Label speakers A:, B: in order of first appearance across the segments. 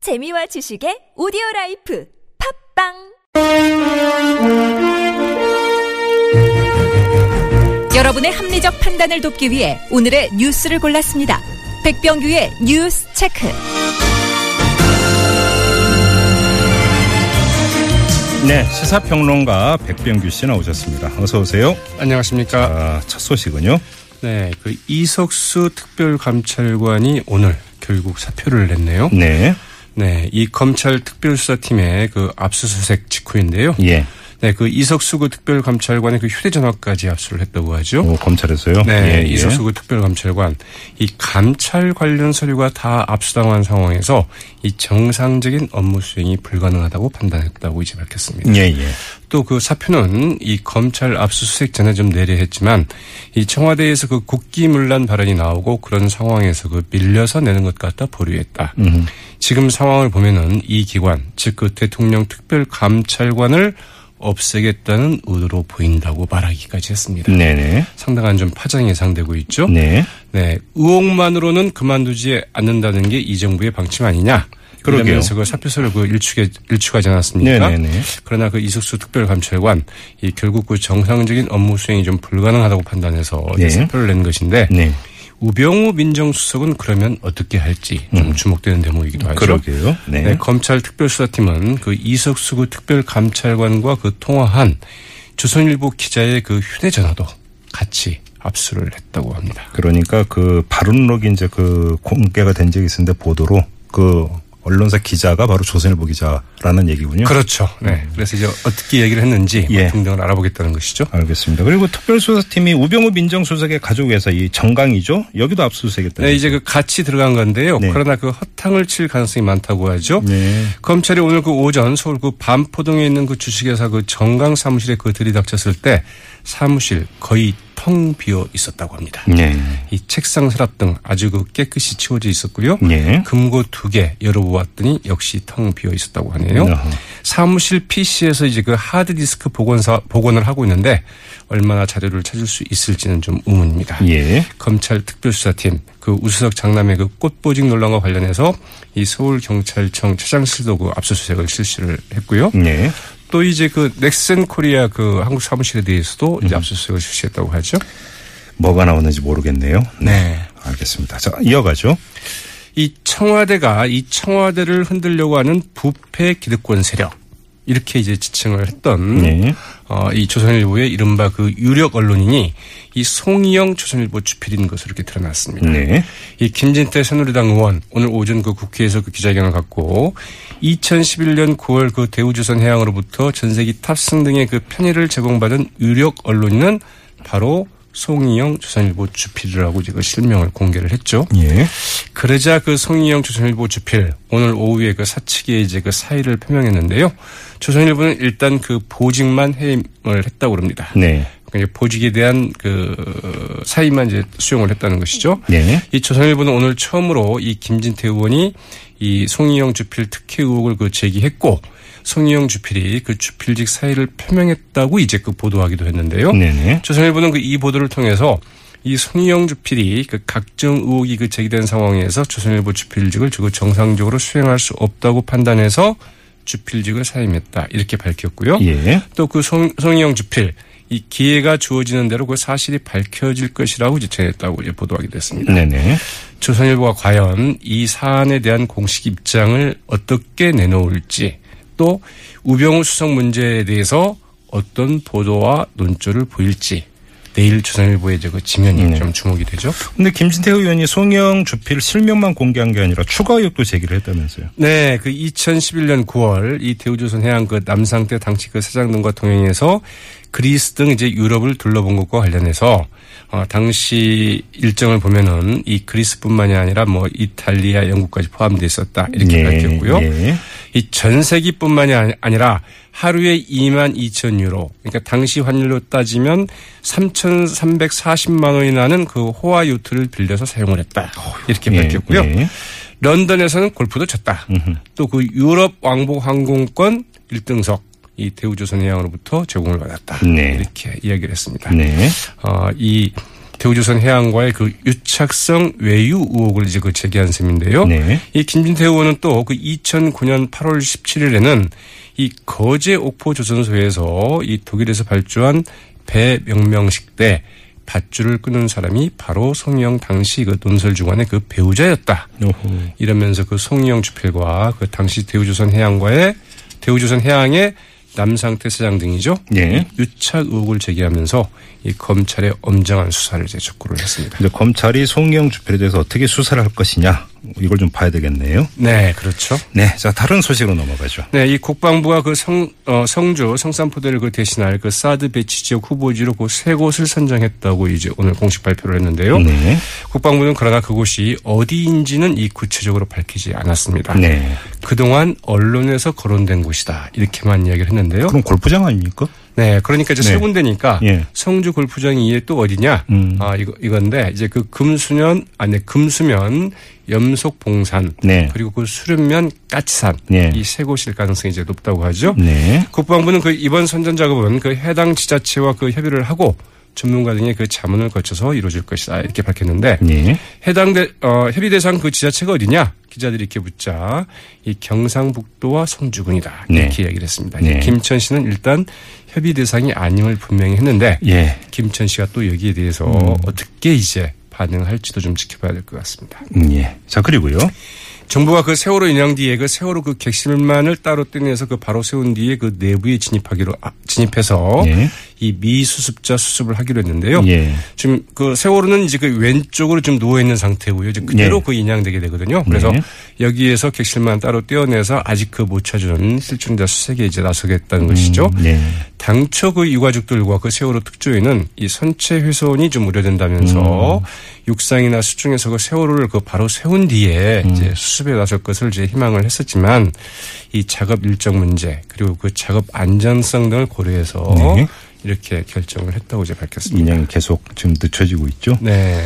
A: 재미와 지식의 오디오 라이프 팝빵
B: 여러분의 합리적 판단을 돕기 위해 오늘의 뉴스를 골랐습니다. 백병규의 뉴스 체크.
C: 네, 시사평론가 백병규 씨 나오셨습니다. 어서 오세요.
D: 안녕하십니까.
C: 아, 첫 소식은요.
D: 네, 그 이석수 특별감찰관이 오늘 결국 사표를 냈네요.
C: 네,
D: 네, 이 검찰 특별수사팀의 그 압수수색 직후인데요.
C: 예.
D: 네, 그 이석수 그 특별감찰관의 그 휴대전화까지 압수를 했다고 하죠.
C: 오, 검찰에서요.
D: 네,
C: 어, 예, 예.
D: 이석수 그 특별감찰관 이 감찰 관련 서류가 다 압수당한 상황에서 이 정상적인 업무 수행이 불가능하다고 판단했다고 이제 밝혔습니다.
C: 예, 예.
D: 또 그 사표는 이 검찰 압수수색 전에 좀 내려했지만 이 청와대에서 그 국기문란 발언이 나오고 그런 상황에서 그 밀려서 내는 것 같다 보류했다. 지금 상황을 보면은 이 기관 즉 그 대통령 특별 감찰관을 없애겠다는 의도로 보인다고 말하기까지 했습니다.
C: 네네.
D: 상당한 좀 파장이 예상되고 있죠.
C: 음. 네.
D: 네, 의혹만으로는 그만두지 않는다는 게 이 정부의 방침 아니냐.
C: 그러게요.
D: 그러면서 그 사표서를 그 일축에 일축하지 않았습니까?
C: 네네네.
D: 그러나 그 이석수 특별감찰관 이 결국 그 정상적인 업무 수행이 좀 불가능하다고 판단해서
C: 네.
D: 이 사표를 낸 것인데
C: 네.
D: 우병우 민정수석은 그러면 어떻게 할지 좀 주목되는 대목이기도
C: 음.
D: 하죠.
C: 그러게요. 네.
D: 네. 검찰 특별수사팀은 그 이석수 그 특별감찰관과 그 통화한 조선일보 기자의 그 휴대전화도 같이 압수를 했다고 합니다.
C: 그러니까 그 발언록이 이제 그 공개가 된 적이 있었는데 보도로 그 언론사 기자가 바로 조선일보 기자라는 얘기군요.
D: 그렇죠. 네. 그래서 이제 어떻게 얘기를 했는지 뭐
C: 예.
D: 등등을 알아보겠다는 것이죠.
C: 알겠습니다. 그리고 특별수사팀이 우병우 민정수석의 가족에서 이 정강이죠. 여기도 압수수색했다.
D: 네, 이제 그 같이 들어간 건데요.
C: 네.
D: 그러나 그 허탕을 칠 가능성이 많다고 하죠.
C: 네.
D: 검찰이 오늘 그 오전 서울 그 반포동에 있는 그 주식회사 그 정강 사무실에 그 들이닥쳤을 때 사무실 거의 텅 비어 있었다고 합니다.
C: 네.
D: 이 책상 서랍 등 아주 그 깨끗이 치워져 있었고요.
C: 예.
D: 금고 두 개 열어보았더니 역시 텅 비어 있었다고 하네요.
C: 어허.
D: 사무실 PC에서 이제 그 하드디스크 복원사, 복원을 하고 있는데 얼마나 자료를 찾을 수 있을지는 좀 의문입니다.
C: 예.
D: 검찰 특별수사팀 그 우수석 장남의 그 꽃보직 논란과 관련해서 이 서울경찰청 차장실도 그 압수수색을 실시를 했고요.
C: 네.
D: 또 이제 그 넥센 코리아 그 한국 사무실에 대해서도
C: 음.
D: 이제 압수수색을 실시했다고 하죠.
C: 뭐가 나오는지 모르겠네요.
D: 네.
C: 알겠습니다. 자, 이어가죠.
D: 이 청와대가 이 청와대를 흔들려고 하는 부패 기득권 세력 이렇게 이제 지칭을 했던
C: 네.
D: 어, 이 조선일보의 이른바 그 유력 언론인이 이 송희영 조선일보 주필인 것으로 이렇게 드러났습니다.
C: 네.
D: 이 김진태 새누리당 의원 오늘 오전 그 국회에서 그 기자회견을 갖고 2011년 9월 그 대우조선 해양으로부터 전세기 탑승 등의 그 편의를 제공받은 유력 언론인은 바로 송희영 조선일보 주필이라고 이제 그 실명을 공개를 했죠.
C: 예.
D: 그러자 그 송희영 조선일보 주필 오늘 오후에 그 사측에 이제 그 사의를 표명했는데요. 조선일보는 일단 그 보직만 해임을 했다고 그럽니다.
C: 네.
D: 그러니까 보직에 대한 그 사의만 이제 수용을 했다는 것이죠.
C: 네.
D: 이 조선일보는 오늘 처음으로 이 김진태 의원이 이 송희영 주필 특혜 의혹을 그 제기했고 송희영 주필이 그 주필직 사의를 표명했다고 이제 그 보도하기도
C: 어?
D: 했는데요.
C: 네네.
D: 조선일보는 그 이 보도를 통해서 이 송희영 주필이 그 각종 의혹이 그 제기된 상황에서 조선일보 주필직을 주고 정상적으로 수행할 수 없다고 판단해서 주필직을 사임했다 이렇게 밝혔고요.
C: 예.
D: 또 그 송희영 주필 이 기회가 주어지는 대로 그 사실이 밝혀질 것이라고 이제 전했다고 이제 보도하기도 했습니다.
C: 네네.
D: 조선일보가 과연 이 사안에 대한 공식 입장을 어떻게 내놓을지 또 우병우 수석 문제에 대해서 어떤 보도와 논조를 보일지 내일 조선일보의 저그 지면이 좀 주목이 되죠.
C: 근데 김진태 의원이 송영 주필 실명만 공개한 게 아니라 추가 의혹도 제기를 했다면서요.
D: 네, 그 2011년 9월 이 대우조선 해양 그 남상태 당시 그 사장 등과 동행해서 그리스 등 이제 유럽을 둘러본 것과 관련해서 어, 당시 일정을 보면은 이 그리스뿐만이 아니라 뭐 이탈리아, 영국까지 포함돼 있었다 이렇게
C: 예,
D: 밝혔고요.
C: 예.
D: 이 전세기뿐만이 아니- 아니라 하루에 2만 2천 유로, 그러니까 당시 환율로 따지면 3,340만 원이 나는 그 호화 요트를 빌려서 사용을 했다 이렇게
C: 예,
D: 밝혔고요.
C: 예.
D: 런던에서는 골프도 쳤다. 또 그 유럽 왕복 항공권 1등석 이 대우조선해양으로부터 제공을 받았다.
C: 네.
D: 이렇게 이야기를 했습니다.
C: 네.
D: 어, 이 대우조선 해양과의 그 유착성 외유 의혹을 이제 그 제기한 셈인데요.
C: 네.
D: 이 김진태 의원은 또 그 2009년 8월 17일에는 이 거제 옥포 조선소에서 이 독일에서 발주한 배 명명식 때 밧줄을 끄는 사람이 바로 송희영 당시 그 논설 중간의 그 배우자였다.
C: 어허.
D: 이러면서 그 송희영 주필과 그 당시 대우조선 해양과의 대우조선 해양의 남상태 사장 등이죠.
C: 예.
D: 유착 의혹을 제기하면서 이 검찰의 엄정한 수사를 이제 촉구를 했습니다.
C: 이제 검찰이 송영 주필에 대해서 어떻게 수사를 할 것이냐 이걸 좀 봐야 되겠네요.
D: 네, 그렇죠.
C: 네, 자 다른 소식으로 넘어가죠.
D: 네, 이 국방부가 그 성, 어, 성주 성산포대를 그 대신할 그 사드 배치 지역 후보지로 그 세 곳을 선정했다고 이제 오늘 공식 발표를 했는데요.
C: 네,
D: 국방부는 그러나 그곳이 어디인지는 이 구체적으로 밝히지 않았습니다.
C: 네.
D: 그동안 언론에서 거론된 곳이다. 이렇게만 이야기를 했는데요.
C: 그럼 골프장 아닙니까?
D: 네, 그러니까 이제
C: 네.
D: 세 군데니까
C: 예.
D: 성주 골프장 이에 또 어디냐?
C: 음.
D: 아 이거 이건데 이제 그 금수면 아니 금수면 염속봉산
C: 네.
D: 그리고 그 수륜면 까치산
C: 예.
D: 이 세 곳일 가능성이 이제 높다고 하죠.
C: 네,
D: 국방부는 그 이번 선전 작업은 그 해당 지자체와 그 협의를 하고 전문가 등의 그 자문을 거쳐서 이루어질 것이다 이렇게 밝혔는데
C: 네.
D: 해당 대, 어, 협의 대상 그 지자체가 어디냐 기자들이 이렇게 묻자 이 경상북도와 성주군이다
C: 네.
D: 이렇게 이야기를 했습니다.
C: 네.
D: 김천 씨는 일단 협의 대상이 아님을 분명히 했는데
C: 예, 음.
D: 김천 씨가 또 여기에 대해서 어떻게 이제 반응할지도 좀 지켜봐야 될 것 같습니다.
C: 음, 예. 자 그리고요.
D: 정부가 그 세월호 인양 뒤에 그 세월호 그 객실만을 따로 떼내서 그 바로 세운 뒤에 그 내부에 진입하기로 아, 진입해서
C: 예.
D: 이 미수습자 수습을 하기로 했는데요.
C: 예.
D: 지금 그 세월호는 이제 그 왼쪽으로 좀 누워 있는 상태고요. 이제 그대로
C: 예.
D: 그 인양되게 되거든요. 그래서
C: 네.
D: 여기에서 객실만 따로 떼어내서 아직 그 못 찾은 실종자 수색에 이제 나서겠다는 것이죠.
C: 네,
D: 당초 그 유가족들과 그 세월호 특조위는 이 선체 훼손이 좀 우려된다면서 육상이나 수중에서 그 세월호를 그 바로 세운 뒤에 이제 수습에 나설 것을 이제 희망을 했었지만 이 작업 일정 문제 그리고 그 작업 안전성 등을 고려해서
C: 네.
D: 이렇게 결정을 했다고 이제 밝혔습니다.
C: 인양이 계속 지금 늦춰지고 있죠.
D: 네.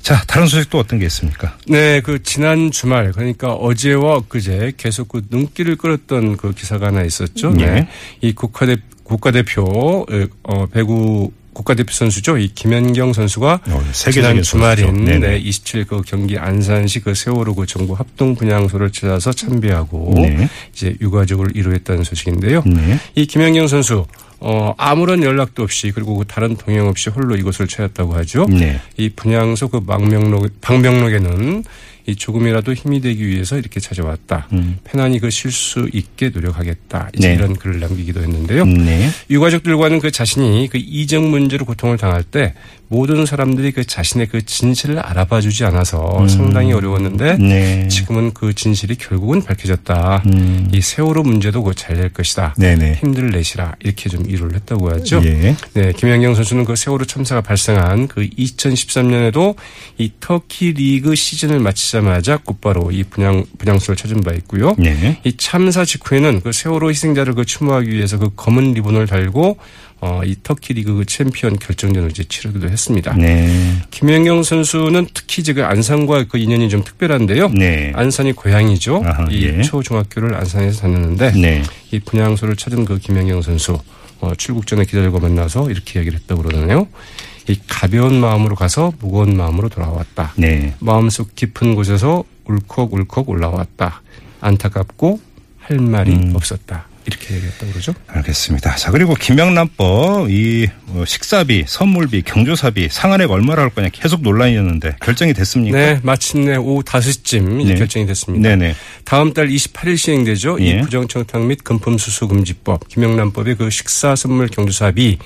C: 자 다른 소식 또 어떤 게 있습니까?
D: 네, 그 지난 주말 그러니까 어제와 엊그제 계속 그 눈길을 끌었던 그 기사가 하나 있었죠.
C: 예.
D: 네. 이 국가대 국가대표 에, 어 배구 국가대표 선수죠. 이 김연경 선수가
C: 어, 세계적인
D: 지난 주말인
C: 선수죠. 네네.
D: 네, 27일 그 경기 안산시 그 세월호 그 정부 합동 분향소를 찾아서 참배하고
C: 네.
D: 이제 유가족을 이루었다는 소식인데요.
C: 네.
D: 이 김연경 선수 어 아무런 연락도 없이 그리고 그 다른 동행 없이 홀로 이곳을 찾았다고 하죠.
C: 네.
D: 이 분향소 그 망명록 방명록에는 이 조금이라도 힘이 되기 위해서 이렇게 찾아왔다. 편안히 그 쉴 수 있게 노력하겠다.
C: 음.
D: 이제
C: 네.
D: 이런 글을 남기기도 했는데요.
C: 네,
D: 유가족들과는 그 자신이 그 이적 문제로 고통을 당할 때 모든 사람들이 그 자신의 그 진실을 알아봐 주지 않아서 상당히 어려웠는데
C: 음. 네.
D: 지금은 그 진실이 결국은 밝혀졌다.
C: 음.
D: 이 세월호 문제도 곧 잘 될 것이다.
C: 네네.
D: 힘들 내시라 이렇게 좀 위로를 했다고 하죠.
C: 예.
D: 네, 김연경 선수는 그 세월호 참사가 발생한 그 2013년에도 이 터키 리그 시즌을 마치자마자 곧바로 이 분양 분양소를 찾은 바 있고요.
C: 네.
D: 이 참사 직후에는 그 세월호 희생자를 그 추모하기 위해서 그 검은 리본을 달고 어이 터키 리그 그 챔피언 결정전을 이제 치르기도 했습니다.
C: 네.
D: 김연경 선수는 특히 지금 안산과 그 인연이 좀 특별한데요.
C: 네.
D: 안산이 고향이죠.
C: 아하,
D: 이
C: 예.
D: 초중학교를 안산에서 다녔는데
C: 네.
D: 이 분향소를 찾은 그 김연경 선수 어, 출국 전에 기자들과 만나서 이렇게 얘기를 했다고 그러네요. 이 가벼운 마음으로 가서 무거운 마음으로 돌아왔다.
C: 네.
D: 마음속 깊은 곳에서 울컥울컥 올라왔다. 안타깝고 할 말이
C: 음.
D: 없었다. 이렇게 얘기했다고 그러죠.
C: 알겠습니다. 자 그리고 김영란법 이 어, 식사비, 선물비, 경조사비 상한액 얼마로 할 거냐 계속 논란이었는데 결정이 됐습니까?
D: 네, 마침내 오후 5시쯤 이제
C: 네.
D: 결정이 됐습니다.
C: 네네.
D: 다음 달 28일 시행되죠.
C: 예.
D: 이 부정청탁 및 금품수수금지법, 김영란법의 그 식사선물 경조사비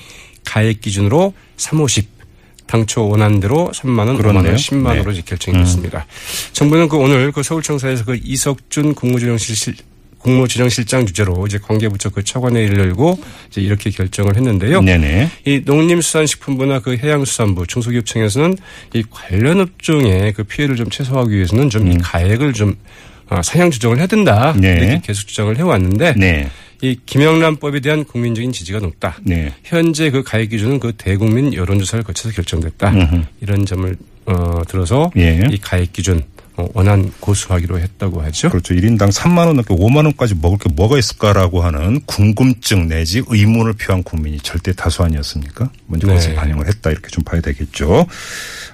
D: 가액 기준으로 350. 당초 원안대로 3만 원,
C: 그렇네요. 음.
D: 5만 원, 10만 원으로 이제 결정이 됐습니다. 정부는 그 오늘 그 서울청사에서 그 이석준 국무조정실 국무조정실장 주재로 이제 관계부처 그 차관회의를 열고 이제 이렇게 결정을 했는데요.
C: 네네.
D: 이 농림수산식품부나 그 해양수산부 중소기업청에서는 이 관련 업종의 그 피해를 좀 최소화하기 위해서는 좀 이 가액을 좀 아, 상향 조정을 해야 된다
C: 음. 네.
D: 이렇게 계속 주장을 해왔는데
C: 네.
D: 이 김영란법에 대한 국민적인 지지가 높다.
C: 네.
D: 현재 그 가액 기준은 그 대국민 여론조사를 거쳐서 결정됐다. 이런 점을 어, 들어서
C: 예.
D: 이 가액 기준 어, 원안 고수하기로 했다고 하죠.
C: 그렇죠. 1인당 3만 원 넘게 5만 원까지 먹을 게 뭐가 있을까라고 하는 궁금증 내지 의문을 표한 국민이 절대 다수 아니었습니까? 먼저 그것을
D: 네.
C: 반영을 했다 이렇게 좀 봐야 되겠죠.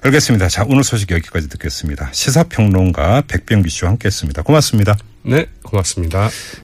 C: 알겠습니다. 자 오늘 소식 여기까지 듣겠습니다. 시사평론가 백병기 씨와 함께했습니다. 고맙습니다.
D: 네, 고맙습니다.